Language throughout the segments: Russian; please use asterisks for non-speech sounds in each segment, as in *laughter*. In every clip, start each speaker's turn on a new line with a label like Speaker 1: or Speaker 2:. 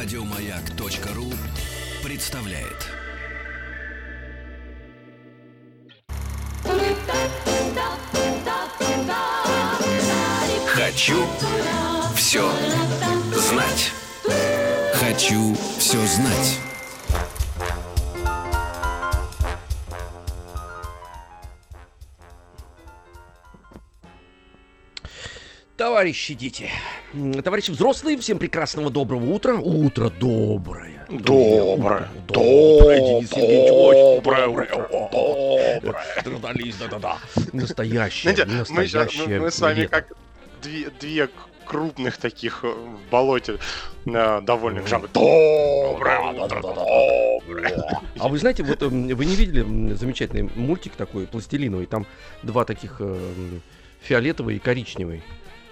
Speaker 1: Радиомаяк.ру представляет. Хочу все знать. Хочу все знать.
Speaker 2: Товарищи, дети, м, товарищи взрослые, всем прекрасного доброго утра. Утро доброе.
Speaker 3: Доброе.
Speaker 2: Доброе, Денис Евгеньевич, очень доброе утро.
Speaker 3: Доброе.
Speaker 2: Журналист, да-да-да. Настоящее,
Speaker 3: Знаете, мы, щас- мы-
Speaker 2: настоящее.
Speaker 3: мы с вами
Speaker 2: лето.
Speaker 3: как две, две крупных таких э, в болоте э, довольных жабы. Доброе утро, доброе.
Speaker 2: А вы знаете, вот эм, вы не видели м, замечательный мультик такой, пластилиновый, там два таких эм, фиолетовый и коричневый.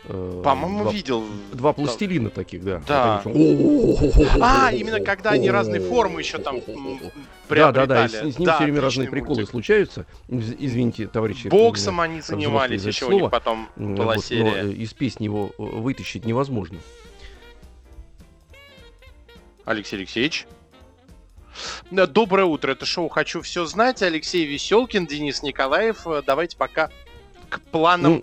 Speaker 2: э,
Speaker 3: По-моему,
Speaker 2: два-
Speaker 3: видел.
Speaker 2: Два пластилина таких, да.
Speaker 3: Да.
Speaker 2: Вот они ещё-
Speaker 3: А, именно когда они разной формы еще там м,
Speaker 2: Да, да, да, и с,
Speaker 3: приобретали.
Speaker 2: с ним все время разные
Speaker 3: отличный
Speaker 2: приколы
Speaker 3: мультик.
Speaker 2: случаются. Из- Извините, товарищи.
Speaker 3: Боксом они
Speaker 2: взрослые
Speaker 3: занимались,
Speaker 2: за это
Speaker 3: еще у них
Speaker 2: слово.
Speaker 3: потом
Speaker 2: М,
Speaker 3: была
Speaker 2: вот, но,
Speaker 3: серия.
Speaker 2: э, из песни его э, вытащить невозможно.
Speaker 3: Алексей Алексеевич. Да, Доброе утро, это шоу «Хочу все знать». Алексей Веселкин, Денис Николаев. Э, Давайте пока к планам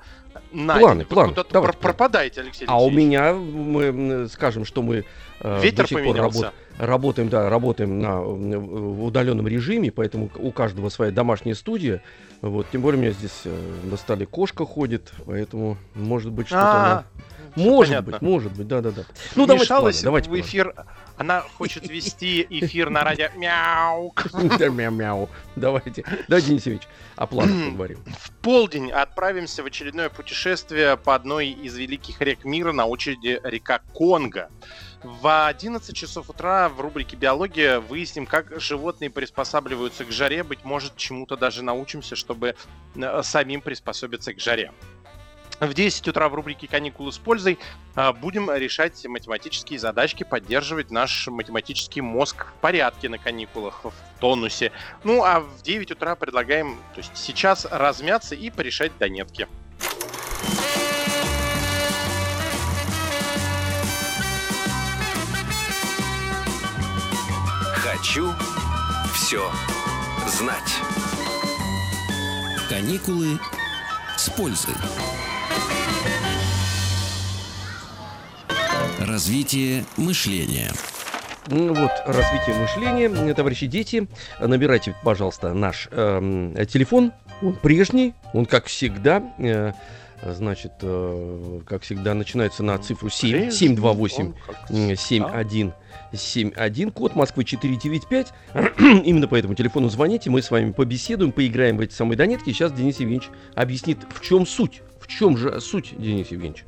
Speaker 3: на
Speaker 2: Ну, планы,
Speaker 3: день. Вы
Speaker 2: планы,
Speaker 3: куда-то
Speaker 2: давайте
Speaker 3: пр-
Speaker 2: планы.
Speaker 3: пропадаете, Алексей
Speaker 2: А у
Speaker 3: Алексеевич.
Speaker 2: меня мы м, скажем, что мы э,
Speaker 3: Ветер
Speaker 2: до сих пор
Speaker 3: поменялся.
Speaker 2: работаем, да, работаем на м, в удаленном режиме, поэтому у каждого своя домашняя студия. Вот, тем более у меня здесь э, на столе кошка ходит, поэтому может быть что-то. она-
Speaker 3: А, всё
Speaker 2: Может
Speaker 3: понятно.
Speaker 2: быть, может быть, да, да, да. Ну давайте,
Speaker 3: Вмешалась
Speaker 2: планы, давайте
Speaker 3: в эфир. Она хочет вести эфир на радио. Мяу.
Speaker 2: планы. *laughs* Да, Мяу-мяу. Давайте, да, Денис Евгеньевич, о
Speaker 3: *clears throat*
Speaker 2: планах поговорим.
Speaker 3: В полдень отправимся в очередное путешествие по одной из великих рек мира на очереди река Конго. В 11 часов утра в рубрике «Биология» выясним, как животные приспосабливаются к жаре. Быть может, чему-то даже научимся, чтобы э, самим приспособиться к жаре. В 10 утра в рубрике «Каникулы с пользой» э, будем решать математические задачки, поддерживать наш математический мозг в порядке на каникулах, в тонусе. Ну, а в 9 утра предлагаем, то есть сейчас размяться и порешать донетки.
Speaker 1: Хочу все знать. Каникулы с пользой. Развитие мышления.
Speaker 2: Ну Вот, развитие мышления, Э, товарищи дети, набирайте, пожалуйста, наш эм, телефон, он прежний, он, как всегда, э, значит, э, как всегда, начинается на цифру 7,
Speaker 3: ну,
Speaker 2: 728, э, 7171, код Москвы 495, *clears throat* именно по этому телефону звоните, мы с вами побеседуем, поиграем в эти самые донетки, сейчас Денис Евгеньевич объяснит, в чем суть, в чем же суть, Денис Евгеньевич.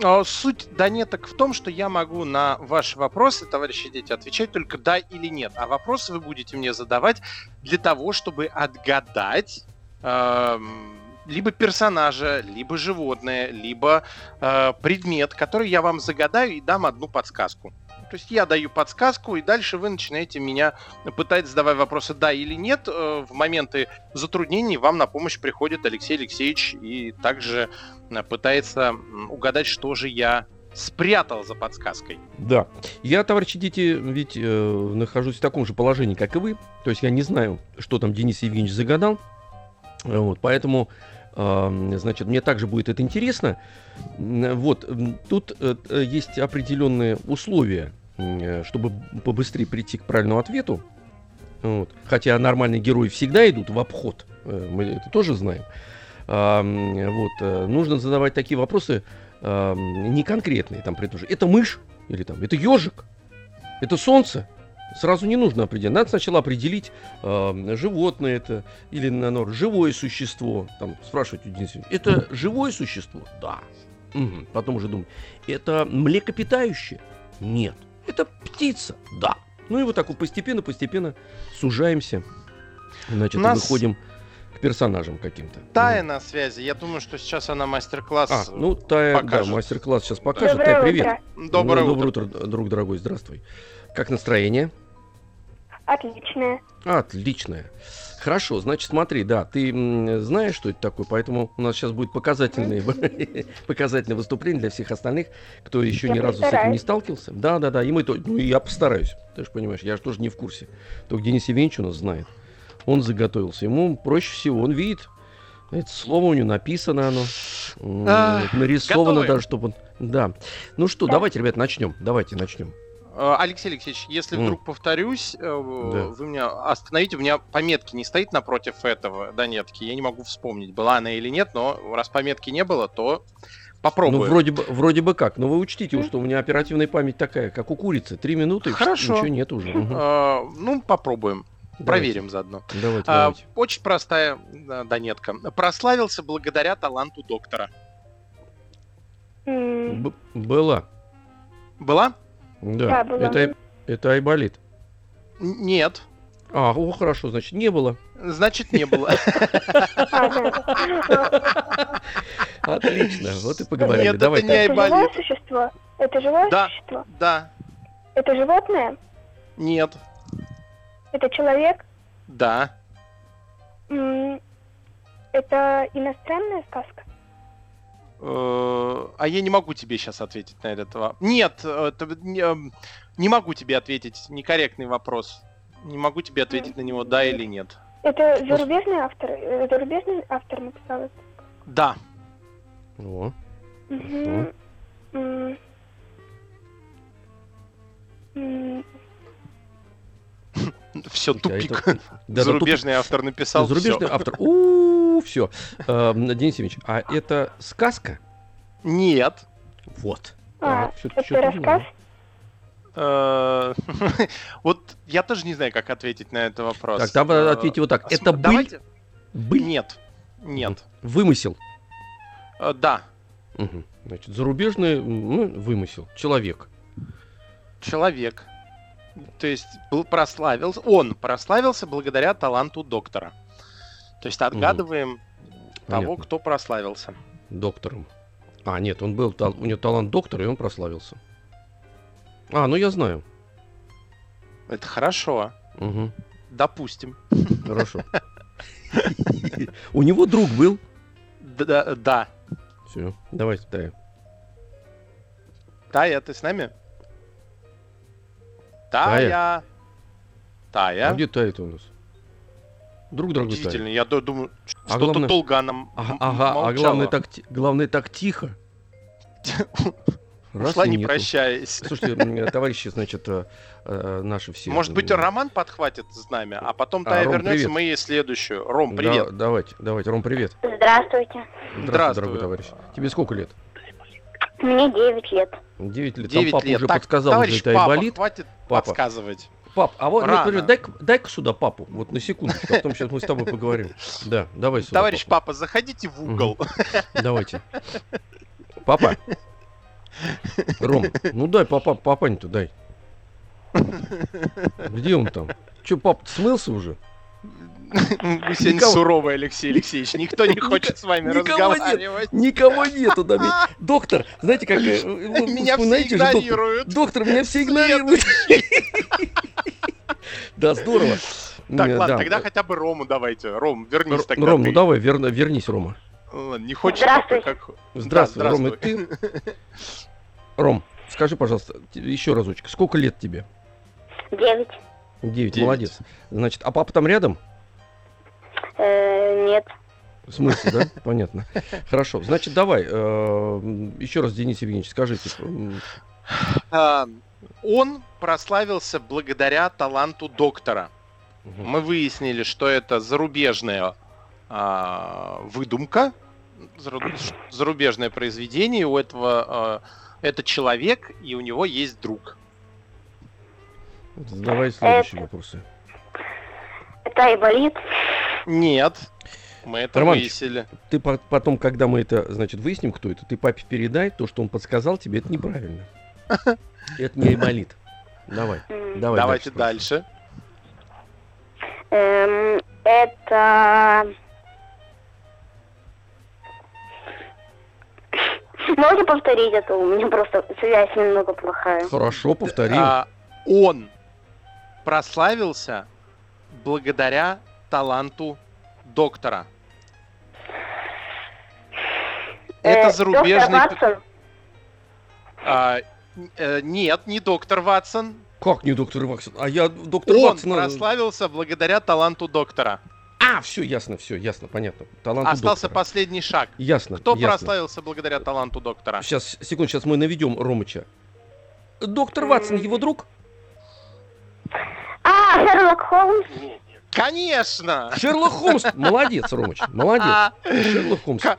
Speaker 3: А, Суть донеток в том, что я могу на ваши вопросы, товарищи дети, отвечать только да или нет. А вопросы вы будете мне задавать для того, чтобы отгадать эм, либо персонажа, либо животное, либо э, предмет, который я вам загадаю и дам одну подсказку. То есть я даю подсказку, и дальше вы начинаете меня пытать, задавая вопросы да или нет. Э, В моменты затруднений вам на помощь приходит Алексей Алексеевич и также э, пытается м, угадать, что же я спрятал за подсказкой.
Speaker 2: Да. Я, товарищи дети, ведь э, нахожусь в таком же положении, как и вы. То есть я не знаю, что там Денис Евгеньевич загадал. Э, Вот, поэтому, э, значит, мне также будет это интересно. М, Вот, м, тут э, э, есть определенные условия, м, э, чтобы побыстрее прийти к правильному ответу. Вот. Хотя нормальные герои всегда идут в обход, э, мы это тоже знаем. А, м, вот, э, нужно задавать такие вопросы э, не конкретные, там, предположи, это мышь или там, это ежик, это солнце. Сразу не нужно определять. Надо сначала определить, э, животное это или, наоборот, живое существо. Там спрашивать у Дениса Ильича, это живое существо? Да. Мгм. Потом уже думать, это млекопитающее? Нет. Это птица? Да. Ну и вот так вот постепенно-постепенно сужаемся. Значит,
Speaker 3: У нас-
Speaker 2: выходим к персонажам каким-то.
Speaker 3: Тая на связи. Я думаю, что сейчас она
Speaker 2: А,
Speaker 3: мастер-класс.
Speaker 2: ну Тая, да,
Speaker 3: покажет.
Speaker 2: мастер-класс сейчас покажет. Тая,
Speaker 4: Доброе
Speaker 2: привет.
Speaker 4: утро.
Speaker 3: Доброе
Speaker 2: Ну,
Speaker 3: утро.
Speaker 2: Доброе утро, д- друг дорогой, здравствуй. Как настроение?
Speaker 4: Отличная.
Speaker 2: Отличная. Хорошо, значит, смотри, да, ты м, знаешь, что это такое, поэтому у нас сейчас будет показательное, *laughs* показательное выступление для всех остальных, кто еще
Speaker 4: Я
Speaker 2: ни разу с этим не
Speaker 4: постараюсь.
Speaker 2: сталкивался. Да, да, да, и мы то, ну, и я постараюсь, ты же понимаешь, я же тоже не в курсе. Только Денис Евгеньевич у нас знает, он заготовился, ему проще всего, он видит, это слово у него написано оно, м,
Speaker 3: Ах,
Speaker 2: нарисовано
Speaker 3: готовы.
Speaker 2: даже, чтобы он... Да. Ну что,
Speaker 4: Да.
Speaker 2: давайте, ребят, начнем, давайте начнем.
Speaker 3: Э, Алексей Алексеевич, если
Speaker 2: М.
Speaker 3: вдруг повторюсь, э, вы меня остановите, у меня пометки не стоит напротив этого Донетки. Я не могу вспомнить, была она или нет, но раз пометки не было, то попробую.
Speaker 2: Ну, вроде бы, вроде бы как. Но вы учтите,
Speaker 4: Мгм.
Speaker 2: что у меня оперативная память такая, как у курицы. Три минуты, и всё,
Speaker 3: Хорошо.
Speaker 2: ничего нет уже. Мгм.
Speaker 3: Э, ну, попробуем.
Speaker 2: Давайте,
Speaker 3: Проверим заодно.
Speaker 2: Давайте,
Speaker 3: А,
Speaker 2: давайте.
Speaker 3: очень простая э, Донетка. Прославился благодаря таланту доктора.
Speaker 4: М,
Speaker 2: Б- была.
Speaker 3: Была?
Speaker 4: Да,
Speaker 2: Да,
Speaker 4: была.
Speaker 2: Это, ай- это айболит.
Speaker 3: Н- Нет.
Speaker 2: А, о, хорошо, значит, не было.
Speaker 3: Значит, не
Speaker 2: *laughs*
Speaker 3: было.
Speaker 4: а, да.
Speaker 2: Отлично, вот и поговорили.
Speaker 3: Нет, это
Speaker 2: Давайте.
Speaker 3: не
Speaker 4: Это живое
Speaker 3: Айболит.
Speaker 4: существо? Это живое
Speaker 3: Да.
Speaker 4: существо?
Speaker 3: Да.
Speaker 4: Это животное?
Speaker 3: Нет.
Speaker 4: Это человек?
Speaker 3: Да.
Speaker 4: М, Это иностранная сказка?
Speaker 3: Э, А я не могу тебе сейчас ответить на этот вопрос. Нет, э, это не эм, не могу тебе ответить. Некорректный вопрос. Не могу тебе ответить на него, да или нет.
Speaker 4: Это зарубежный автор? э, Зарубежный автор написал это?
Speaker 3: Да.
Speaker 2: О,
Speaker 4: Мгм. М. М,
Speaker 3: Все,
Speaker 2: у тебя
Speaker 3: *laughs* тупик.
Speaker 2: это- да, да, тупик.
Speaker 3: Зарубежный автор написал. всё.
Speaker 2: Зарубежный автор. У, все. Денис Евгеньевич, а это сказка?
Speaker 3: *laughs* Нет.
Speaker 2: Вот.
Speaker 4: А,
Speaker 2: Так, всё-
Speaker 4: это
Speaker 2: всё-таки
Speaker 4: рассказ?
Speaker 2: знаю.
Speaker 3: Э, *laughs* Вот я тоже не знаю, как ответить на этот вопрос.
Speaker 2: Так, там
Speaker 3: Э,
Speaker 2: э, ответьте вот так.
Speaker 3: см-
Speaker 2: Это был,
Speaker 3: давайте-
Speaker 2: был
Speaker 3: Нет. Нет.
Speaker 2: вымысел.
Speaker 3: Э, Да.
Speaker 2: Мгм. Значит, зарубежный м, ну, вымысел. Человек.
Speaker 3: Человек. То есть был прославился. Он прославился благодаря таланту доктора. То есть отгадываем того,
Speaker 2: Понятно.
Speaker 3: кто прославился.
Speaker 2: Доктором. А, нет, он был, тал- у него талант доктора, и он прославился. А, ну я знаю.
Speaker 3: Это хорошо.
Speaker 2: Мгм.
Speaker 3: Допустим.
Speaker 2: Хорошо. У него друг был.
Speaker 3: Д- Да, да.
Speaker 2: Все, давайте, Тая.
Speaker 3: Тая, ты с нами? Тая.
Speaker 2: А
Speaker 3: Тая.
Speaker 2: где Тая-то у нас? Друг дорогой Тая.
Speaker 3: Удивительно, я ду- думаю,
Speaker 2: А
Speaker 3: что-то
Speaker 2: главное-
Speaker 3: долго она м-
Speaker 2: Ага,
Speaker 3: м-
Speaker 2: ага, а
Speaker 3: молчала.
Speaker 2: главное так, ти- главное так
Speaker 3: *laughs*
Speaker 2: тихо. Раз
Speaker 3: Ушла,
Speaker 2: и
Speaker 3: не
Speaker 2: нету.
Speaker 3: прощаясь.
Speaker 2: Слушайте, м, товарищи, значит, э, э, наши все.
Speaker 3: Может быть,
Speaker 2: м,
Speaker 3: Роман подхватит с нами, а потом
Speaker 2: А,
Speaker 3: Тая
Speaker 2: Ром,
Speaker 3: вернется,
Speaker 2: привет.
Speaker 3: мы ей следующую. Ром,
Speaker 2: да,
Speaker 3: привет.
Speaker 2: давайте, давайте, Ром, привет.
Speaker 5: Здравствуйте.
Speaker 2: Здравствуй,
Speaker 3: Здравствуй.
Speaker 2: дорогой товарищ. Тебе сколько лет?
Speaker 5: Мне 9 лет.
Speaker 2: 9 лет. Там
Speaker 3: Девять
Speaker 2: папа
Speaker 3: лет.
Speaker 2: уже
Speaker 3: Так,
Speaker 2: подсказал,
Speaker 3: товарищ
Speaker 2: что это
Speaker 3: папа,
Speaker 2: болит.
Speaker 3: хватит
Speaker 2: Папа.
Speaker 3: подсказывать.
Speaker 2: Пап, а вот,
Speaker 3: Рано.
Speaker 2: нет, подожди, дай-ка, дай-ка сюда папу, вот на секундочку, а потом сейчас мы с тобой поговорим. Да, давай сюда.
Speaker 3: товарищ папа. заходите в угол.
Speaker 2: Давайте. Папа. Ром, ну дай папа, папань-то дай. Где он там? Че, пап, смылся уже?
Speaker 3: Вы сегодня
Speaker 2: Никого-
Speaker 3: суровый, Алексей Алексеевич. Никто
Speaker 2: *laughs*
Speaker 3: не хочет с вами
Speaker 2: никого нет.
Speaker 3: разговаривать.
Speaker 2: Никого нету, да. мне- *laughs* Доктор, знаете, как... э, э,
Speaker 3: Меня все
Speaker 2: вспоминаете же, доктор?
Speaker 3: игнорируют.
Speaker 2: Доктор, меня все
Speaker 3: *laughs*
Speaker 2: игнорируют. Да, здорово.
Speaker 3: Так,
Speaker 2: Э, да.
Speaker 3: ладно, тогда хотя бы Рому давайте. Ром, вернись
Speaker 2: Р-
Speaker 3: тогда.
Speaker 2: Ром,
Speaker 3: ты.
Speaker 2: ну давай, верно- вернись, Рома.
Speaker 3: Ладно, не хочешь.
Speaker 5: Здравствуй.
Speaker 3: такой, как-
Speaker 2: Здравствуй,
Speaker 3: Да,
Speaker 2: Ром, это ты? Ром, скажи, пожалуйста, т- еще разочек, сколько лет тебе?
Speaker 5: 9.
Speaker 2: Девять,
Speaker 3: Девять.
Speaker 2: молодец. Значит, а папа там рядом?
Speaker 5: Э, нет.
Speaker 2: В смысле, да?
Speaker 3: *laughs*
Speaker 2: Понятно. Хорошо. Значит, давай. э, Еще раз, Денис Евгеньевич, скажите. м,
Speaker 3: *laughs* А, Он прославился благодаря таланту доктора. Ну, Мы выяснили, что это зарубежная а, выдумка, зару- зарубежное произведение. У этого а, это человек, и у него есть друг.
Speaker 2: Задавай следующие
Speaker 5: Это-
Speaker 2: вопросы.
Speaker 5: Это и болит.
Speaker 3: Нет, мы это
Speaker 2: Романыч.
Speaker 3: выяснили.
Speaker 2: Ты по- потом, когда мы это, значит, выясним, кто это, ты папе передай, то, что он подсказал тебе, это неправильно. Это не болит. Давай.
Speaker 5: М.
Speaker 2: Давай
Speaker 3: Давайте
Speaker 2: дальше.
Speaker 3: дальше.
Speaker 5: Эм, это... *laughs* Можно повторить, а то у меня просто связь немного плохая.
Speaker 2: Хорошо, повторим.
Speaker 3: А, он прославился благодаря таланту доктора? Это
Speaker 5: Э, Доктор
Speaker 3: зарубежный... пи-
Speaker 5: Ватсон.
Speaker 3: а, н- э, Нет, не доктор Ватсон.
Speaker 2: Как не доктор Ватсон? А я доктор
Speaker 3: Он
Speaker 2: Ватсон.
Speaker 3: прославился благодаря таланту доктора.
Speaker 2: А, все, ясно, все, ясно, понятно. Талант у
Speaker 3: Остался
Speaker 2: доктора.
Speaker 3: последний шаг.
Speaker 2: Ясно.
Speaker 3: Кто
Speaker 2: ясно.
Speaker 3: прославился благодаря таланту доктора?
Speaker 2: Сейчас, секунду, сейчас мы наведем Ромыча. Доктор Ватсон, его друг?
Speaker 5: А, Шерлок Холмс.
Speaker 3: Конечно!
Speaker 2: Шерлок Холмс. Молодец, Ромыч, молодец.
Speaker 3: А,
Speaker 2: Шерлок Холмс.
Speaker 3: Ка-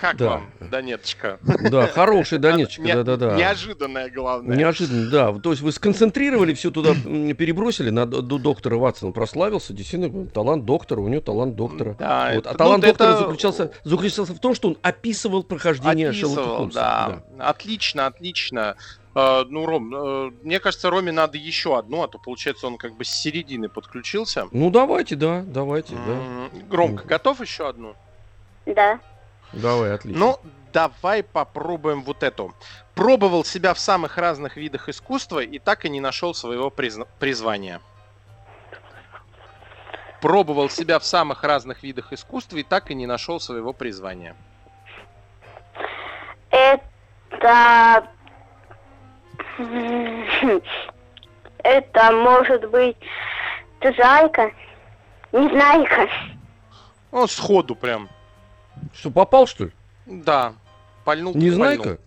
Speaker 3: Как
Speaker 2: Да.
Speaker 3: вам, Донеточка?
Speaker 2: Да, хороший Донечка,
Speaker 3: Не-
Speaker 2: да-да-да.
Speaker 3: Неожиданное, главное.
Speaker 2: Неожиданно, да. То есть вы сконцентрировали все
Speaker 3: *clears throat*
Speaker 2: туда, м, перебросили на д- до доктора Ватсона. Прославился, действительно, ну, талант доктора, у него талант доктора.
Speaker 3: Да,
Speaker 2: Вот.
Speaker 3: это-
Speaker 2: А
Speaker 3: ну,
Speaker 2: талант доктора
Speaker 3: это
Speaker 2: заключался, заключался в том, что он описывал прохождение Шерлока
Speaker 3: Описывал,
Speaker 2: Холмса.
Speaker 3: да. Отлично, отлично. Э, Ну, Ром, э, мне кажется, Роме надо еще одну, а то получается он как бы с середины подключился.
Speaker 2: Ну давайте, да, давайте, да. Ну.
Speaker 3: М, Громко,
Speaker 2: Мгм.
Speaker 3: готов еще одну?
Speaker 5: Да.
Speaker 2: Давай, отлично.
Speaker 3: Ну, давай попробуем вот эту. Пробовал себя в самых разных видах искусства и так и не нашел своего призна- призвания. Пробовал себя в самых разных видах искусства и так и не нашел своего призвания.
Speaker 5: Это... *laughs* м, Это может быть Зайка? Незнайка?
Speaker 3: Он сходу прям.
Speaker 2: Что, попал, что ли?
Speaker 3: Да. Пальнул. так
Speaker 2: Незнайка? *laughs*
Speaker 3: пальнул.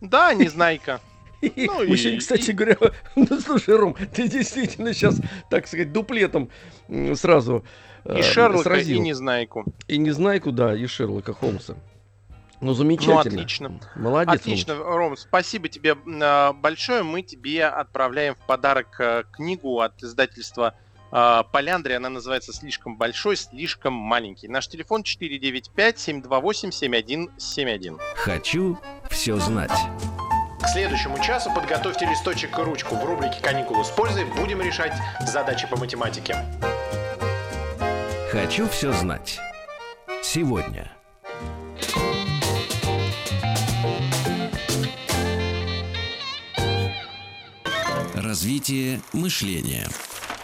Speaker 3: Да, незнайка. Ну
Speaker 2: Мы
Speaker 3: и-
Speaker 2: сегодня, кстати говоря, *laughs* ну слушай, Ром, ты действительно сейчас, так сказать, дуплетом м, сразу э,
Speaker 3: И Шерлока, и
Speaker 2: сразил.
Speaker 3: Незнайку.
Speaker 2: И Незнайку, да, и Шерлока Холмса. Ну, замечательно.
Speaker 3: отлично.
Speaker 2: Молодец.
Speaker 3: Отлично, Ром, спасибо тебе э, большое. Мы тебе отправляем в подарок э, книгу от издательства э, Поляндри. Она называется «Слишком большой, слишком маленький». Наш телефон 495-728-7171.
Speaker 1: Хочу все знать.
Speaker 6: К следующему часу подготовьте листочек и ручку. В рубрике «Каникулы с пользой» будем решать задачи по математике.
Speaker 1: Хочу все знать. Сегодня. Развитие мышления.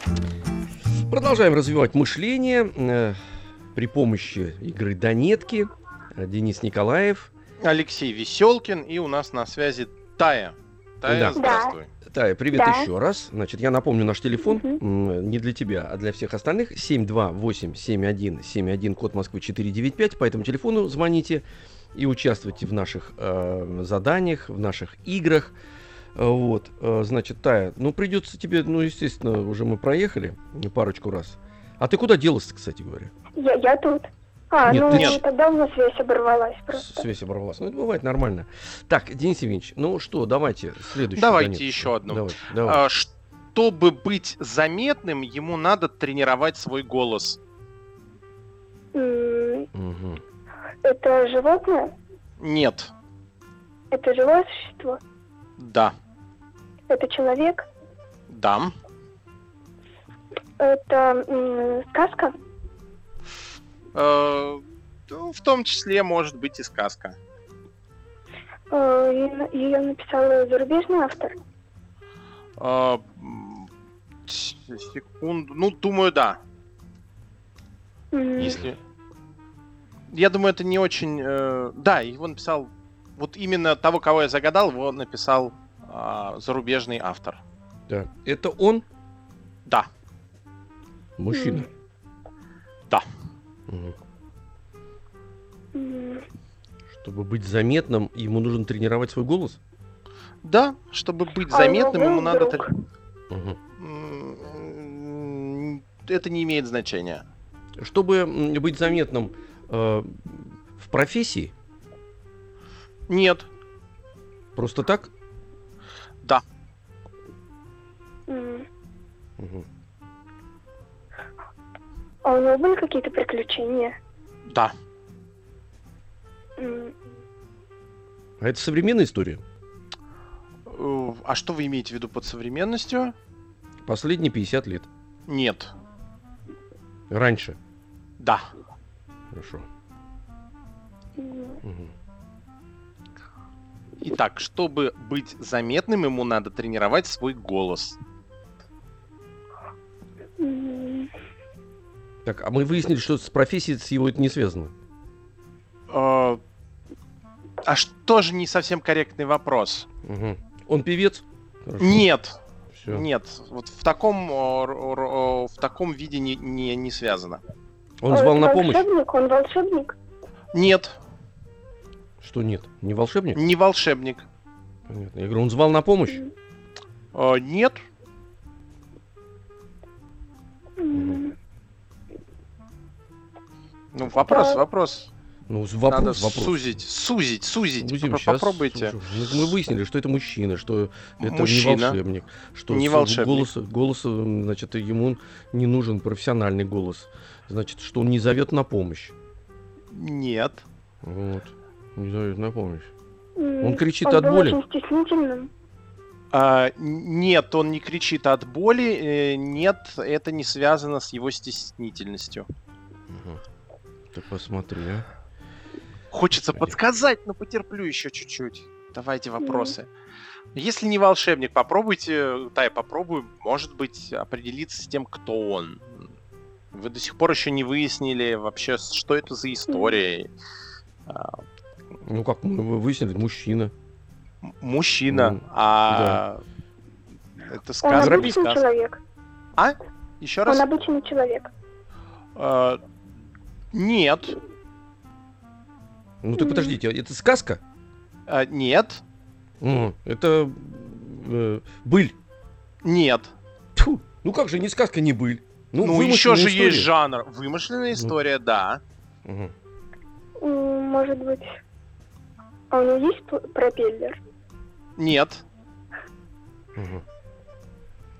Speaker 2: Ром. Продолжаем развивать мышление э, при помощи игры Донетки. Э, Денис Николаев.
Speaker 3: Алексей Веселкин, и у нас на связи Тая. Тая,
Speaker 2: Да.
Speaker 3: здравствуй.
Speaker 2: Тая, привет
Speaker 5: Да.
Speaker 2: еще раз. Значит, я напомню наш телефон.
Speaker 5: Мгм.
Speaker 2: М, Не для тебя, а для всех остальных. 728-7171, код Москвы 495. По этому телефону звоните и участвуйте в наших э, заданиях, в наших играх. Э, Вот, Э, значит, Тая, ну придется тебе, ну, естественно, уже мы проехали парочку раз. А ты куда делась, кстати говоря?
Speaker 4: Я, я тут. А,
Speaker 2: Нет,
Speaker 4: ну
Speaker 2: ты
Speaker 3: ч-
Speaker 4: тогда у нас связь оборвалась
Speaker 2: С-
Speaker 4: просто.
Speaker 2: Связь оборвалась. Ну, это бывает нормально. Так, Денис Евгеньевич, ну что, давайте следующую.
Speaker 3: Давайте
Speaker 2: Донецкую.
Speaker 3: еще одну.
Speaker 2: Давай, давай.
Speaker 3: А, Чтобы быть заметным, ему надо тренировать свой голос.
Speaker 4: М,
Speaker 2: Мгм.
Speaker 4: Это животное?
Speaker 3: Нет.
Speaker 4: Это живое существо?
Speaker 3: Да.
Speaker 4: Это человек?
Speaker 3: Да.
Speaker 4: Это м, сказка?
Speaker 3: Э, ну, в том числе может быть и сказка.
Speaker 4: Э, Ее написал зарубежный автор?
Speaker 3: Э, м, с- секунду. Ну, думаю, да.
Speaker 4: М,
Speaker 3: Если. Я думаю, это не очень. э, да, его написал. Вот именно того, кого я загадал, его написал а, зарубежный автор.
Speaker 2: Так, Это он?
Speaker 3: Да.
Speaker 2: Мужчина.
Speaker 3: Да.
Speaker 2: Мгм.
Speaker 4: м,
Speaker 2: Чтобы быть заметным, ему нужно тренировать свой голос.
Speaker 3: Да, чтобы быть
Speaker 4: А у
Speaker 3: заметным,
Speaker 4: него
Speaker 3: ему
Speaker 4: был
Speaker 3: надо.
Speaker 4: друг?
Speaker 3: тр-
Speaker 2: Мгм.
Speaker 3: М, Это не имеет значения.
Speaker 2: Чтобы м, быть заметным э, в профессии,
Speaker 3: Нет.
Speaker 2: просто так.
Speaker 4: м.
Speaker 2: Мгм.
Speaker 4: А у него были какие-то приключения?
Speaker 3: Да.
Speaker 4: М,
Speaker 2: А это современная история.
Speaker 3: Э, А что вы имеете в виду под современностью?
Speaker 2: Последние 50 лет.
Speaker 3: Нет.
Speaker 2: Раньше.
Speaker 3: Да.
Speaker 2: Хорошо.
Speaker 4: м,
Speaker 2: Мгм.
Speaker 3: Итак, чтобы быть заметным, ему надо тренировать свой голос.
Speaker 2: Так, а мы выяснили, что с профессией с его это не связано.
Speaker 3: Э, А что же не совсем корректный вопрос?
Speaker 2: Мгм. Он певец? Хорошо.
Speaker 3: Нет,
Speaker 2: Всё.
Speaker 3: нет, вот в таком э, р- р- э, в таком виде не, не, не связано. А
Speaker 2: Он звал на помощь?
Speaker 4: э, волшебник, он волшебник.
Speaker 3: Нет,
Speaker 2: Что нет? Не волшебник?
Speaker 3: не волшебник.
Speaker 2: Понятно. Я говорю, он звал на помощь?
Speaker 3: Э, Нет,
Speaker 4: М,
Speaker 3: ну вопрос,
Speaker 4: Да.
Speaker 3: вопрос.
Speaker 2: Ну, с- вопрос,
Speaker 3: Надо
Speaker 2: вопрос.
Speaker 3: сузить, сузить, сузить.
Speaker 2: Сузим,
Speaker 3: Попро-
Speaker 2: щас
Speaker 3: Типа, Попробуйте.
Speaker 2: сужу. Ну, Мы выяснили, что это мужчина, что это не
Speaker 3: Мужчина.
Speaker 2: волшебник, что
Speaker 3: Не
Speaker 2: с-
Speaker 3: волшебник.
Speaker 2: голос, голос, э, значит, ему не нужен профессиональный голос, значит, что он не зовет на помощь.
Speaker 3: Нет.
Speaker 2: Вот. Не зовет на помощь.
Speaker 4: м,
Speaker 2: Он кричит
Speaker 4: он
Speaker 2: от
Speaker 4: был
Speaker 2: боли.
Speaker 4: очень стеснительным.
Speaker 3: А, н- нет, он не кричит от боли. э, Нет, это не связано с его стеснительностью.
Speaker 2: Мгм. Ты посмотри, а.
Speaker 3: Хочется подсказать, но потерплю еще чуть-чуть. Давайте вопросы. Если не волшебник, попробуйте, да, я попробую, может быть, определиться с тем, кто он. Вы до сих пор еще не выяснили вообще, с- что это за история. А,
Speaker 2: Ну как мы вы- выяснили, мужчина.
Speaker 3: м- Мужчина,
Speaker 2: Ну,
Speaker 3: а это
Speaker 4: Он
Speaker 3: сказка, не
Speaker 4: обычный
Speaker 3: сказка.
Speaker 4: человек.
Speaker 3: Еще раз.
Speaker 4: Он обычный человек.
Speaker 3: А, Нет,
Speaker 2: Ну так
Speaker 4: М.
Speaker 2: подождите, а это сказка?
Speaker 3: а, нет,
Speaker 2: М, Это э, быль.
Speaker 3: нет.
Speaker 2: Тьфу, ну как же, ни сказка, ни быль.
Speaker 3: Ну,
Speaker 2: Ну,
Speaker 3: еще
Speaker 2: вымышленная
Speaker 3: же есть
Speaker 2: история. Ну.
Speaker 3: жанр. Вымышленная история, да.
Speaker 2: Мгм.
Speaker 4: М, Может быть, а у него есть п- пропеллер?
Speaker 3: Нет.
Speaker 2: Мгм.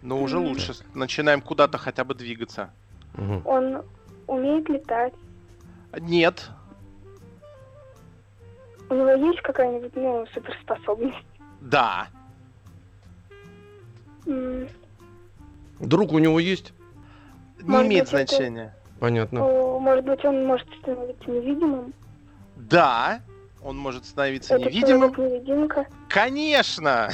Speaker 3: Но уже
Speaker 4: М.
Speaker 3: лучше. Начинаем куда-то хотя бы двигаться.
Speaker 2: Мгм.
Speaker 4: Он умеет летать.
Speaker 3: Нет.
Speaker 4: У него есть какая-нибудь, ну, суперспособность.
Speaker 3: Да.
Speaker 4: М,
Speaker 2: Друг у него есть?
Speaker 3: Не
Speaker 4: Может
Speaker 3: имеет
Speaker 4: быть, это-
Speaker 3: значения.
Speaker 2: Понятно.
Speaker 4: о, Может быть, он может становиться невидимым.
Speaker 3: Да. Он может становиться
Speaker 4: Это
Speaker 3: невидимым.
Speaker 4: человек-невидимка.
Speaker 3: Конечно!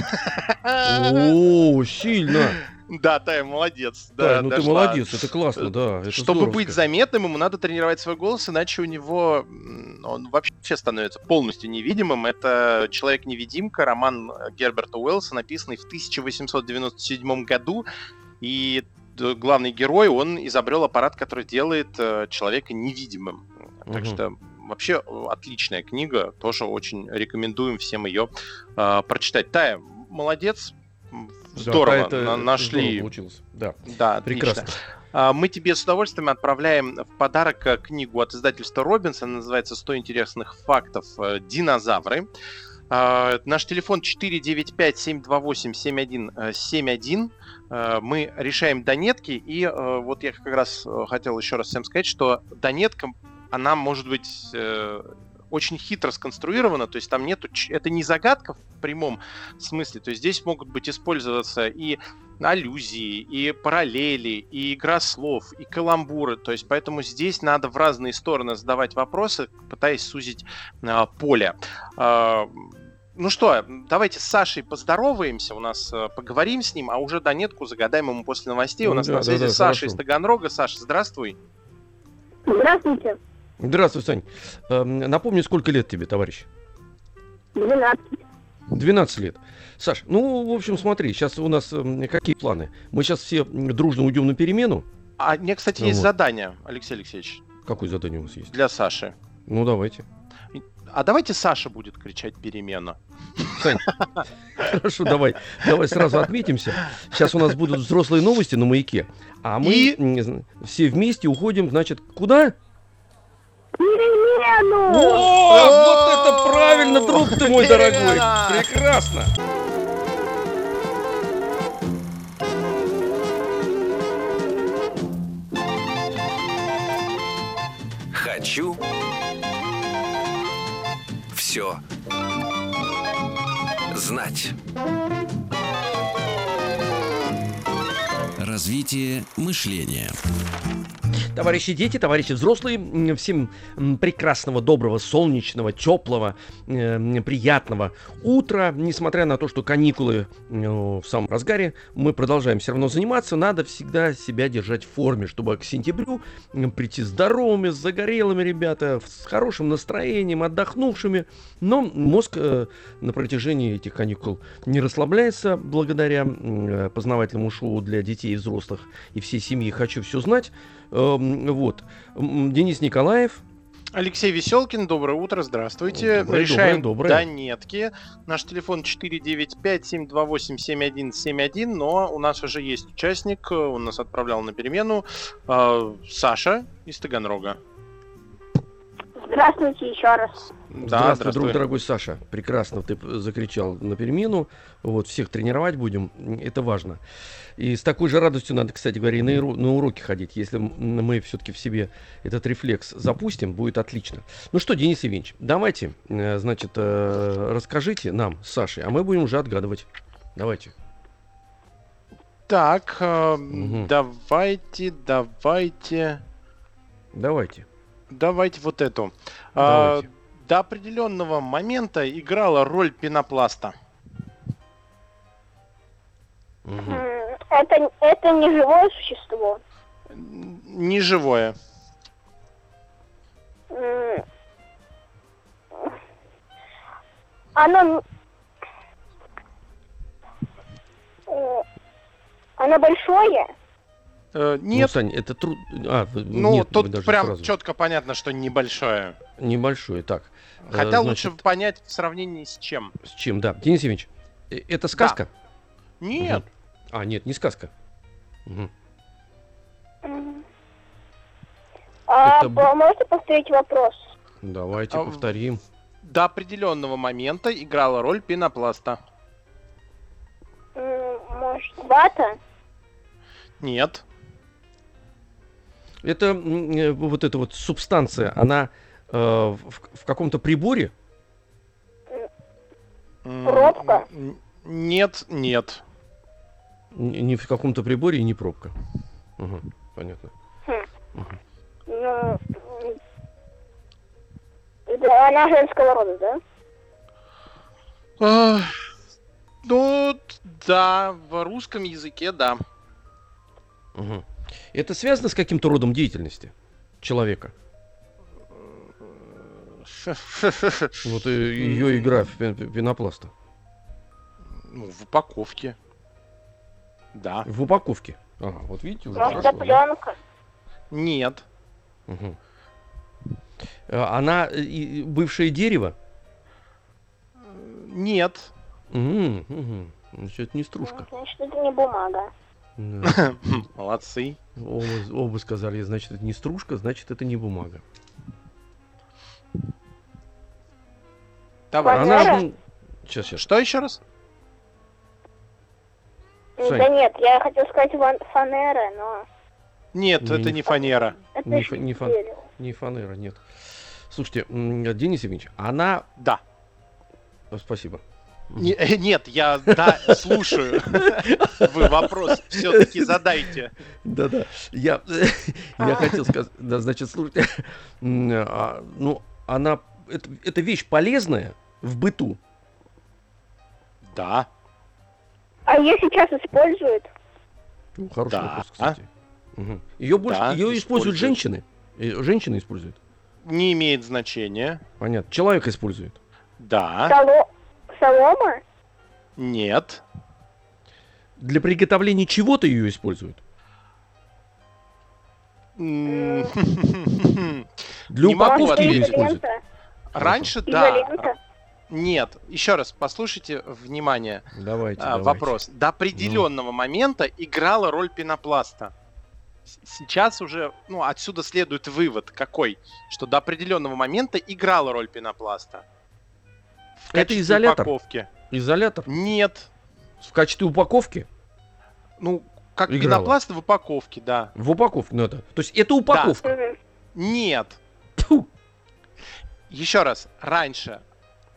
Speaker 2: О, сильно!
Speaker 3: *laughs* Да, Тая, молодец.
Speaker 2: Да,
Speaker 3: Да,
Speaker 2: ну ты
Speaker 3: дошла.
Speaker 2: молодец, это классно, да. это
Speaker 3: Чтобы быть
Speaker 2: здоровско.
Speaker 3: заметным, ему надо тренировать свой голос, иначе у него м, он вообще становится полностью невидимым. Это «Человек-невидимка», роман э, Герберта Уэллса, написанный в 1897 году. И э, главный герой, он изобрел аппарат, который делает э, человека невидимым. Так
Speaker 2: Мгм.
Speaker 3: что вообще э, отличная книга, тоже очень рекомендуем всем ее э, прочитать. Тая, молодец, м,
Speaker 2: Да,
Speaker 3: здорово,
Speaker 2: это- это
Speaker 3: на-
Speaker 2: здорово
Speaker 3: нашли.
Speaker 2: получилось. Да,
Speaker 3: да, отлично.
Speaker 2: прекрасно.
Speaker 3: А, Мы тебе с удовольствием отправляем в подарок э, книгу от издательства Робинс. Она называется «100 интересных фактов. э, Динозавры». А, Наш телефон 495-728-7171. Э, Мы решаем донетки. И э, вот я как раз э, хотел еще раз всем сказать, что донетка, она может быть э, очень хитро сконструирована, то есть там нету, ч- это не загадка в прямом смысле, то есть здесь могут быть использоваться и аллюзии, и параллели, и игра слов, и каламбуры. То есть поэтому здесь надо в разные стороны задавать вопросы, пытаясь сузить а, поле. А, ну что, давайте с Сашей поздороваемся, у нас э, поговорим с ним, а уже донетку загадаем ему после новостей. У
Speaker 2: Ну
Speaker 3: нас
Speaker 2: да,
Speaker 3: на
Speaker 2: да,
Speaker 3: связи
Speaker 2: да,
Speaker 3: Саша
Speaker 2: хорошо.
Speaker 3: из Таганрога. Саша, здравствуй.
Speaker 5: Здравствуйте.
Speaker 2: Здравствуй, Сань. Эм, Напомни, сколько лет тебе, товарищ?
Speaker 5: 12.
Speaker 2: 12 лет. Саш, ну, в общем, смотри, сейчас у нас эм, какие планы? Мы сейчас все м, дружно уйдем на перемену.
Speaker 3: А у меня, кстати,
Speaker 2: Ну
Speaker 3: есть
Speaker 2: вот.
Speaker 3: задание, Алексей Алексеевич,
Speaker 2: Какое задание у нас есть?
Speaker 3: для Саши.
Speaker 2: Ну, давайте. *laughs*
Speaker 3: А давайте Саша будет кричать перемена.
Speaker 2: Хорошо, давай. Давай сразу отметимся. Сейчас у нас будут взрослые новости на маяке. А мы
Speaker 3: И?
Speaker 2: м, не знаю, все вместе уходим, значит, куда?
Speaker 5: Перемену!
Speaker 2: О, вот это правильно, друг ты мой дорогой.
Speaker 3: Перемена!
Speaker 2: Прекрасно.
Speaker 1: Хочу все знать.
Speaker 7: Развитие мышления.
Speaker 2: Товарищи дети, товарищи взрослые, м, всем м, прекрасного, доброго, солнечного, теплого, э, приятного утра. Несмотря на то, что каникулы э, в самом разгаре, мы продолжаем все равно заниматься. Надо всегда себя держать в форме, чтобы к сентябрю м, прийти здоровыми, загорелыми, ребята, с хорошим настроением, отдохнувшими. Но мозг э, на протяжении этих каникул не расслабляется благодаря м, э, познавательному шоу для детей и взрослых и всей семьи «Хочу все знать». Эм, Вот. М, Денис Николаев.
Speaker 3: Алексей Веселкин, доброе утро, здравствуйте.
Speaker 2: Доброе,
Speaker 3: Решаем
Speaker 2: доброе, доброе.
Speaker 3: да нетки. Наш телефон 495-728-7171, но у нас уже есть участник, э, он нас отправлял на перемену. Э, Саша из Таганрога.
Speaker 5: Здравствуйте еще раз.
Speaker 3: Да,
Speaker 2: здравствуй, друг дорогой Саша. Прекрасно ты п- закричал на перемену. Вот, всех тренировать будем. М, Это важно. И с такой же радостью надо, кстати говоря, и на, иру- на уроки ходить. Если м, мы все-таки в себе этот рефлекс запустим, будет отлично. Ну что, Денис Ивинч, давайте, э, значит, э, расскажите нам, с Сашей, а мы будем уже отгадывать. Давайте.
Speaker 3: Так, э,
Speaker 2: Мгм.
Speaker 3: давайте, давайте,
Speaker 2: Давайте.
Speaker 3: давайте вот эту. А,
Speaker 2: давайте.
Speaker 3: до определенного момента играла роль пенопласта.
Speaker 2: Мгм.
Speaker 5: М, Это, это не живое существо.
Speaker 3: Н- Неживое.
Speaker 5: М, Оно... м, э, Оно большое?
Speaker 3: Э,
Speaker 2: Ну,
Speaker 3: Нет,
Speaker 2: Сань, это труд... А, вы-
Speaker 3: ну,
Speaker 2: нет, вы
Speaker 3: тут
Speaker 2: даже
Speaker 3: прям
Speaker 2: сразу.
Speaker 3: четко понятно, что небольшое.
Speaker 2: Небольшой, так. Э,
Speaker 3: Хотя
Speaker 2: значит,
Speaker 3: лучше понять в сравнении с чем.
Speaker 2: С чем, да. Денис Евгеньевич, э, это сказка?
Speaker 3: Нет,
Speaker 2: Мгм. А, нет, не сказка. Мгм.
Speaker 5: М. А
Speaker 2: Это б-
Speaker 5: по- можете повторить вопрос?
Speaker 2: Давайте
Speaker 3: А, в-
Speaker 2: повторим.
Speaker 3: до определенного момента играла роль пенопласта.
Speaker 5: М, Может, вата?
Speaker 3: Нет,
Speaker 2: Это м, э, вот эта вот субстанция, она э, в, в каком-то приборе?
Speaker 3: М,
Speaker 5: Пробка?
Speaker 3: н- Нет, нет.
Speaker 2: Н- Не в каком-то приборе и не пробка. Мгм, понятно.
Speaker 5: Ну, м, да, она женского рода, да?
Speaker 3: Ах, Ну, т- да, в русском языке,
Speaker 2: *laughs*
Speaker 3: да.
Speaker 2: Мгм. Это связано с каким-то родом деятельности человека? Вот э, ее игра в пен- пенопласта.
Speaker 3: Ну, в упаковке. Да.
Speaker 2: В упаковке. Ага, вот видите, уже
Speaker 5: Может,
Speaker 2: хорошо, да?
Speaker 5: пленка?
Speaker 3: Нет.
Speaker 2: Мгм. Э, Она э, и- и бывшее дерево?
Speaker 3: Нет.
Speaker 2: Мгм, мгм. Значит, это не стружка.
Speaker 5: Ну, Значит, это не бумага.
Speaker 2: Да.
Speaker 3: Молодцы.
Speaker 2: *laughs* Оба, оба сказали, значит, это не стружка, значит, это не бумага.
Speaker 3: Давай.
Speaker 5: Ладно.
Speaker 2: Она
Speaker 5: Валера?
Speaker 2: же... Сейчас, сейчас.
Speaker 3: Что еще раз?
Speaker 5: Ну,
Speaker 2: Сань.
Speaker 5: Да нет, я хотел сказать ван- фанера, но
Speaker 3: Нет,
Speaker 2: Не,
Speaker 3: это
Speaker 2: не
Speaker 3: не фанера.
Speaker 5: это
Speaker 2: Не
Speaker 5: ж
Speaker 2: фа- не фан-
Speaker 5: дерево.
Speaker 2: Не фанера, нет. Слушайте, м, Денис Евгеньевич, она...
Speaker 3: Да.
Speaker 2: О, Спасибо.
Speaker 3: Не- э, Нет, я да, слушаю. Вы вопрос все-таки задайте.
Speaker 2: Да-да. Я, *laughs* я
Speaker 3: *laughs*
Speaker 2: хотел сказать, да, значит, слушайте, м, а, ну, она... Это, это вещь полезная в быту.
Speaker 3: Да.
Speaker 5: А ее сейчас используют?
Speaker 2: Ну, хороший
Speaker 3: Да.
Speaker 2: вопрос, кстати. Ее, больше,
Speaker 3: Да,
Speaker 2: ее используют
Speaker 3: используют.
Speaker 2: женщины. Э, Женщины используют.
Speaker 3: Не имеет значения.
Speaker 2: Понятно. Человек использует.
Speaker 3: Да.
Speaker 5: Соло... Солома?
Speaker 3: Нет.
Speaker 2: Для приготовления чего-то ее используют.
Speaker 3: М. *laughs*
Speaker 2: Для
Speaker 3: Не могу
Speaker 2: упаковки ее
Speaker 3: ответить.
Speaker 2: используют.
Speaker 5: Изолента?
Speaker 3: Раньше, да.
Speaker 5: Изолента?
Speaker 3: Нет. Еще раз, послушайте внимание.
Speaker 2: Давайте,
Speaker 3: А,
Speaker 2: давайте. Ну.
Speaker 3: Вопрос. До определенного момента играла роль пенопласта. С- Сейчас уже, ну, отсюда следует вывод какой, что до определенного момента играла роль пенопласта. В
Speaker 2: Это
Speaker 3: качестве
Speaker 2: изолятор?
Speaker 3: упаковки.
Speaker 2: Изолятор
Speaker 3: Нет.
Speaker 2: в качестве упаковки?
Speaker 3: Ну, как
Speaker 2: Играла.
Speaker 3: пенопласт в упаковке, да.
Speaker 2: В упаковку надо. То есть это упаковка.
Speaker 5: Мгм.
Speaker 3: Нет.
Speaker 2: Тьфу.
Speaker 3: Еще раз, раньше,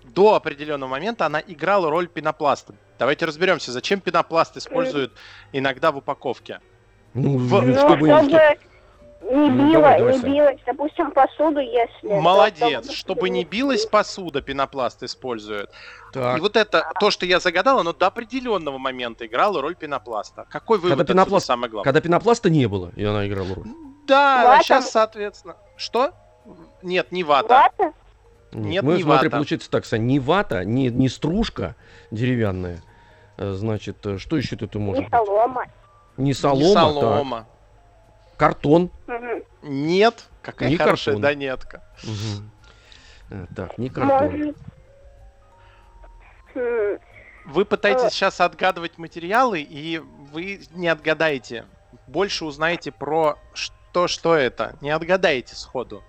Speaker 3: до определенного момента она играла роль пенопласта. Давайте разберемся, зачем пенопласт используют иногда в упаковке.
Speaker 2: Ну,
Speaker 3: В-
Speaker 5: Ну,
Speaker 2: чтобы-
Speaker 5: чтобы не
Speaker 8: Ну,
Speaker 5: било,
Speaker 8: давай, давай,
Speaker 5: не
Speaker 8: Сань.
Speaker 5: билось, допустим, посуду, если... то
Speaker 3: Молодец.
Speaker 5: там-
Speaker 3: Чтобы не билась посуда, пенопласт использует.
Speaker 2: Так.
Speaker 3: И вот это, то, что я загадал, оно до определенного момента играло роль пенопласта. Какой вывод
Speaker 2: Когда
Speaker 3: отсюда
Speaker 2: пенопласт-
Speaker 3: самое главное?
Speaker 2: Когда пенопласта не было, и она играла роль.
Speaker 3: Да,
Speaker 5: Вата?
Speaker 3: сейчас, соответственно. Что? Нет, не вата.
Speaker 5: Вата?
Speaker 3: Нет,
Speaker 2: мы,
Speaker 3: не
Speaker 2: смотри,
Speaker 3: вата.
Speaker 2: получается так, Сань, не вата, не, не стружка деревянная. Э, Значит, э, что еще тут может
Speaker 5: И
Speaker 2: быть?
Speaker 5: солома.
Speaker 2: Не
Speaker 3: Не
Speaker 2: солома, так.
Speaker 3: солома.
Speaker 2: картон.
Speaker 5: Мгм.
Speaker 3: Нет. Какая
Speaker 2: Не
Speaker 3: хорошая
Speaker 2: картон.
Speaker 3: донетка.
Speaker 2: Мгм. Э, Так, не картон.
Speaker 5: Может... Хм.
Speaker 3: Вы пытаетесь сейчас отгадывать материалы, и вы не отгадаете. Больше узнаете про что, что это. Не отгадаете сходу.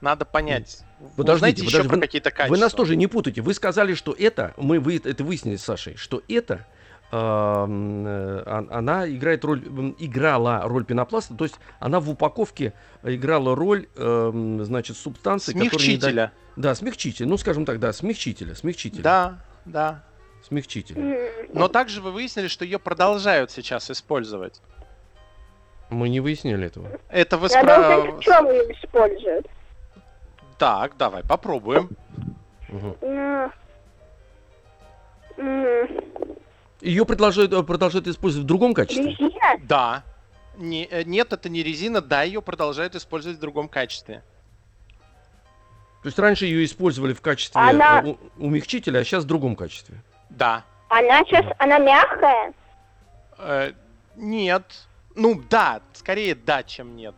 Speaker 3: Надо понять.
Speaker 2: Подождите,
Speaker 3: Узнаете еще
Speaker 2: подожди,
Speaker 3: про
Speaker 2: вы-
Speaker 3: какие-то качества.
Speaker 2: Вы нас тоже не путайте. Вы сказали, что это, мы вы, это выяснили с Сашей, что это эм, э, он- она играет роль, м, играла роль пенопласта, то есть она в упаковке играла роль, эм, значит, субстанции, которая не дает...
Speaker 3: Смягчителя.
Speaker 2: Да, смягчитель. Ну, скажем так, да, смягчителя, смягчителя.
Speaker 3: Да, да.
Speaker 2: Смягчителя.
Speaker 5: М.
Speaker 3: Но также вы выяснили, что ее продолжают сейчас использовать.
Speaker 2: Мы не выяснили этого.
Speaker 3: Это вы
Speaker 5: Я
Speaker 3: спра-
Speaker 5: должна в чем ее используют?
Speaker 3: Так, давай попробуем.
Speaker 2: Мгм.
Speaker 5: М. М.
Speaker 2: Ее продолжают, э, продолжают использовать в другом качестве.
Speaker 5: Резина?
Speaker 3: Да. Не- э, нет, это не резина, да, ее продолжают использовать в другом качестве.
Speaker 2: То есть раньше ее использовали в качестве
Speaker 5: Она-
Speaker 2: э, у- умягчителя, а сейчас в другом качестве.
Speaker 3: Да.
Speaker 5: Она сейчас, она мягкая?
Speaker 3: Э, нет. Ну да, скорее да, чем нет.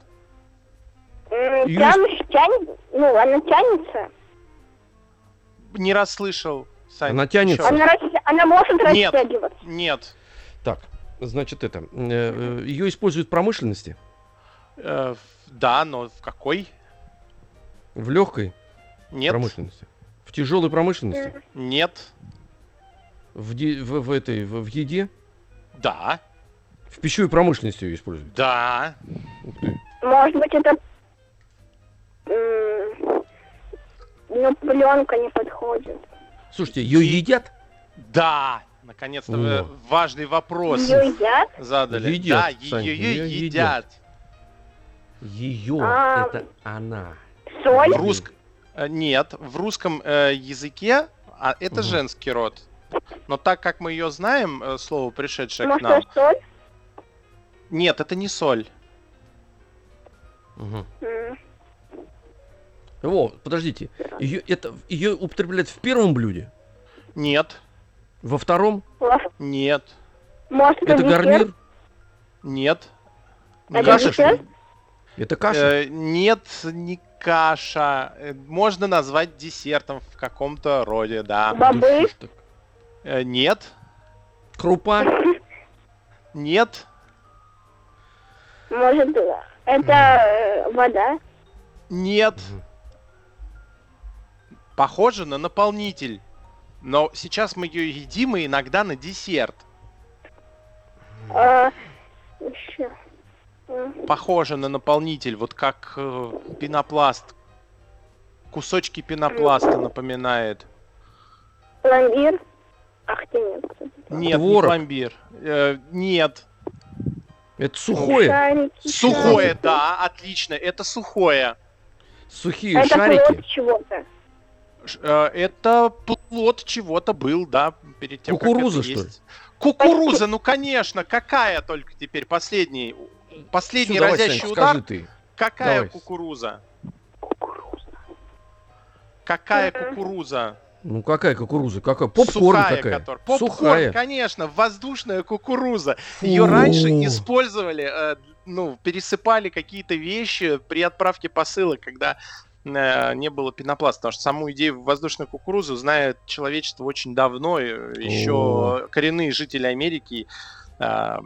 Speaker 5: М,
Speaker 2: Её
Speaker 5: Прям тянет, ну, она тянется.
Speaker 3: Не расслышал, Сань.
Speaker 2: Она тянется.
Speaker 3: Чё?
Speaker 5: Она, рас- она может
Speaker 3: Нет.
Speaker 5: растягиваться.
Speaker 3: Нет.
Speaker 2: Так, значит, это. Ее используют в промышленности,
Speaker 3: Э, в- да, но в какой?
Speaker 2: в легкой
Speaker 3: Нет.
Speaker 2: промышленности, в тяжелой
Speaker 3: Э.
Speaker 2: промышленности,
Speaker 3: Нет.
Speaker 2: в, де- в, в этой, в, в еде,
Speaker 3: Да.
Speaker 2: в пищевой промышленности ее используют.
Speaker 3: Да.
Speaker 2: Ух ты.
Speaker 5: Может быть, это... м, Ну, пленка не подходит.
Speaker 2: Слушайте, ее
Speaker 3: И-
Speaker 2: едят?
Speaker 3: Да. Наконец-то вы
Speaker 2: О.
Speaker 3: важный вопрос
Speaker 5: Ее едят?
Speaker 3: задали.
Speaker 2: Едят,
Speaker 3: да,
Speaker 2: Сань, её
Speaker 3: ее едят.
Speaker 2: Ее
Speaker 5: А.
Speaker 2: это она.
Speaker 5: Соль?
Speaker 3: В русском... Нет, в русском э, языке а, это
Speaker 2: Мгм. женский
Speaker 3: женский род. Но так как мы ее знаем, э, слово, пришедшее к
Speaker 5: Может,
Speaker 3: нам...
Speaker 5: это соль?
Speaker 3: Нет, это не соль.
Speaker 2: Мгм.
Speaker 5: М,
Speaker 2: Во, подождите, ее это ее употребляют в первом блюде,
Speaker 3: Нет,
Speaker 2: во втором
Speaker 5: лав-
Speaker 3: нет,
Speaker 5: Может, это,
Speaker 2: это
Speaker 5: десерт?
Speaker 2: гарнир,
Speaker 3: нет.
Speaker 5: Это
Speaker 2: Каша, что
Speaker 5: десерт?
Speaker 2: ли? это каша.
Speaker 3: Э, нет, не каша. Э, Можно назвать десертом в каком-то роде, да.
Speaker 5: Бобы?
Speaker 2: Да что ж так.
Speaker 3: Э, нет,
Speaker 2: Крупа,
Speaker 3: нет,
Speaker 5: Может, э, это э, вода?
Speaker 3: нет.
Speaker 2: Мгм.
Speaker 3: Похоже на наполнитель. Но сейчас мы ее едим и иногда на десерт.
Speaker 5: А, ещё. М,
Speaker 3: Похоже на наполнитель, вот как э, пенопласт. Кусочки пенопласта напоминает.
Speaker 5: Пломбир? Ах ты, нет. кстати.
Speaker 3: Нет,
Speaker 2: Творог.
Speaker 3: не пломбир. Э, нет.
Speaker 2: это сухое,
Speaker 5: Шарики,
Speaker 3: Сухое,
Speaker 5: шарики.
Speaker 3: да, отлично. Это сухое.
Speaker 2: сухие
Speaker 5: Это
Speaker 2: шарики,
Speaker 5: плод чего-то.
Speaker 3: Ш- э, Это плод чего-то был, да, перед тем, как
Speaker 2: Кукуруза,
Speaker 3: это
Speaker 2: что ли?
Speaker 3: есть. Кукуруза, ну конечно, какая только теперь последний,
Speaker 2: Всё,
Speaker 3: последний
Speaker 2: давай,
Speaker 3: разящий
Speaker 2: Сань,
Speaker 3: удар.
Speaker 2: скажи ты.
Speaker 3: Какая
Speaker 2: давай.
Speaker 3: кукуруза? Какая
Speaker 5: Мгм.
Speaker 3: кукуруза?
Speaker 2: Ну какая кукуруза? Какая? Попкорн
Speaker 3: Сухая,
Speaker 2: какая?
Speaker 3: которая- Попкорн,
Speaker 2: Сухая.
Speaker 3: конечно, воздушная кукуруза.
Speaker 2: Фу.
Speaker 3: Ее раньше использовали, э, ну, пересыпали какие-то вещи при отправке посылок, когда э, не было пенопласта, потому что саму идею воздушной кукурузы знает человечество очень давно, еще коренные жители Америки э,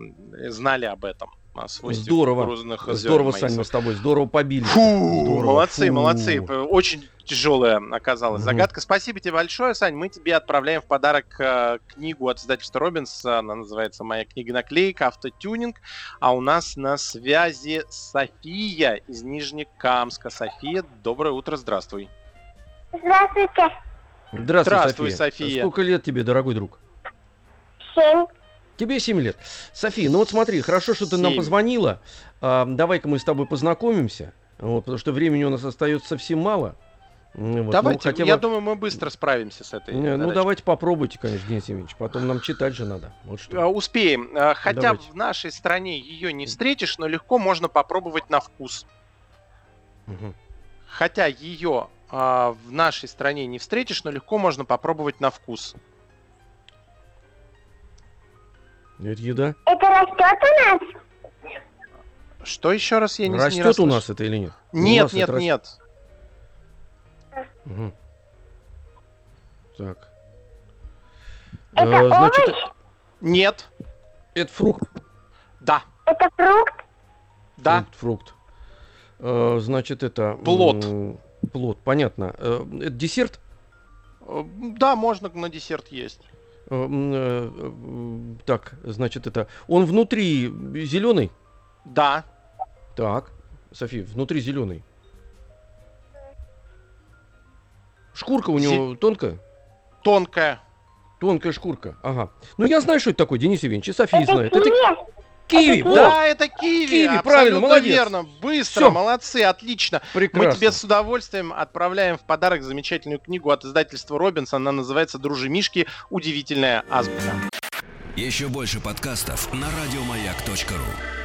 Speaker 3: знали об этом. о свойстве
Speaker 2: Здорово.
Speaker 3: кукурузных зерен
Speaker 2: Здорово,
Speaker 3: майса.
Speaker 2: Сань, мы с тобой, здорово побили.
Speaker 3: Фу,
Speaker 2: Здорово,
Speaker 3: молодцы,
Speaker 2: фу.
Speaker 3: молодцы. Очень тяжелая оказалась
Speaker 2: Мгм.
Speaker 3: загадка. Спасибо тебе большое, Сань. Мы тебе отправляем в подарок э, книгу от издательства Робинс. Она называется «Моя книга наклейка. Автотюнинг». А у нас на связи София из Нижнекамска. София, доброе утро, здравствуй.
Speaker 5: Здравствуйте.
Speaker 2: Здравствуй,
Speaker 3: Здравствуй,
Speaker 2: София.
Speaker 3: София.
Speaker 2: Сколько лет тебе, дорогой друг?
Speaker 5: Семь.
Speaker 2: Тебе 7 лет. Софи, ну вот смотри, хорошо, что ты нам
Speaker 3: Семь.
Speaker 2: позвонила. А, давай-ка мы с тобой познакомимся. Вот, потому что времени у нас остается совсем мало. М, вот, ну,
Speaker 3: Давайте,
Speaker 2: хотя
Speaker 3: я
Speaker 2: бы-
Speaker 3: думаю, мы быстро справимся с этой.
Speaker 2: Не, ну
Speaker 3: задачей.
Speaker 2: давайте попробуйте, конечно, Денис Евгеньевич. Потом нам читать же надо. Вот
Speaker 3: А,
Speaker 2: что.
Speaker 3: Успеем. А, Хотя
Speaker 2: Давайте.
Speaker 3: в нашей стране ее не встретишь, но легко можно попробовать на вкус.
Speaker 2: Мгм.
Speaker 3: Хотя ее а, в нашей стране не встретишь, но легко можно попробовать на вкус.
Speaker 2: Ну, Это еда.
Speaker 5: Это растет у нас?
Speaker 3: Что еще раз я не не
Speaker 2: Растет у
Speaker 3: расслышал.
Speaker 2: нас это или нет? У
Speaker 3: Нет,
Speaker 2: нас
Speaker 3: нет,
Speaker 2: это рас-
Speaker 3: нет.
Speaker 2: Мгм. Так.
Speaker 5: Это
Speaker 2: Э, значит,
Speaker 5: овощ?
Speaker 3: Нет.
Speaker 2: это фрукт.
Speaker 3: Да.
Speaker 5: Это фрукт?
Speaker 3: Да.
Speaker 2: Фрукт, фрукт. Э, значит, это... м,
Speaker 3: Плод.
Speaker 2: Плод, понятно. Э, это десерт?
Speaker 3: Э, Да, можно на десерт есть.
Speaker 2: Э, м, э, м, Так, значит, это... Он внутри зеленый?
Speaker 3: Да.
Speaker 2: Так. Софи, внутри зеленый. Шкурка у
Speaker 3: Зе-
Speaker 2: него тонкая?
Speaker 3: Тонкая.
Speaker 2: Тонкая шкурка, ага. Ну, я знаю, что это такое, Денис Евгеньевич, и София
Speaker 5: Это
Speaker 2: знает. Это
Speaker 5: киви?
Speaker 2: киви, вот,
Speaker 3: Да, это киви.
Speaker 2: Киви,
Speaker 3: абсолютно
Speaker 2: правильно, молодец.
Speaker 3: верно. Быстро,
Speaker 2: Всё.
Speaker 3: молодцы, отлично.
Speaker 2: прекрасно.
Speaker 3: Мы тебе с удовольствием отправляем в подарок замечательную книгу от издательства Робинс. Она называется «Дружи Мишки. Удивительная азбука».
Speaker 7: Еще больше подкастов на радиомаяк.ру.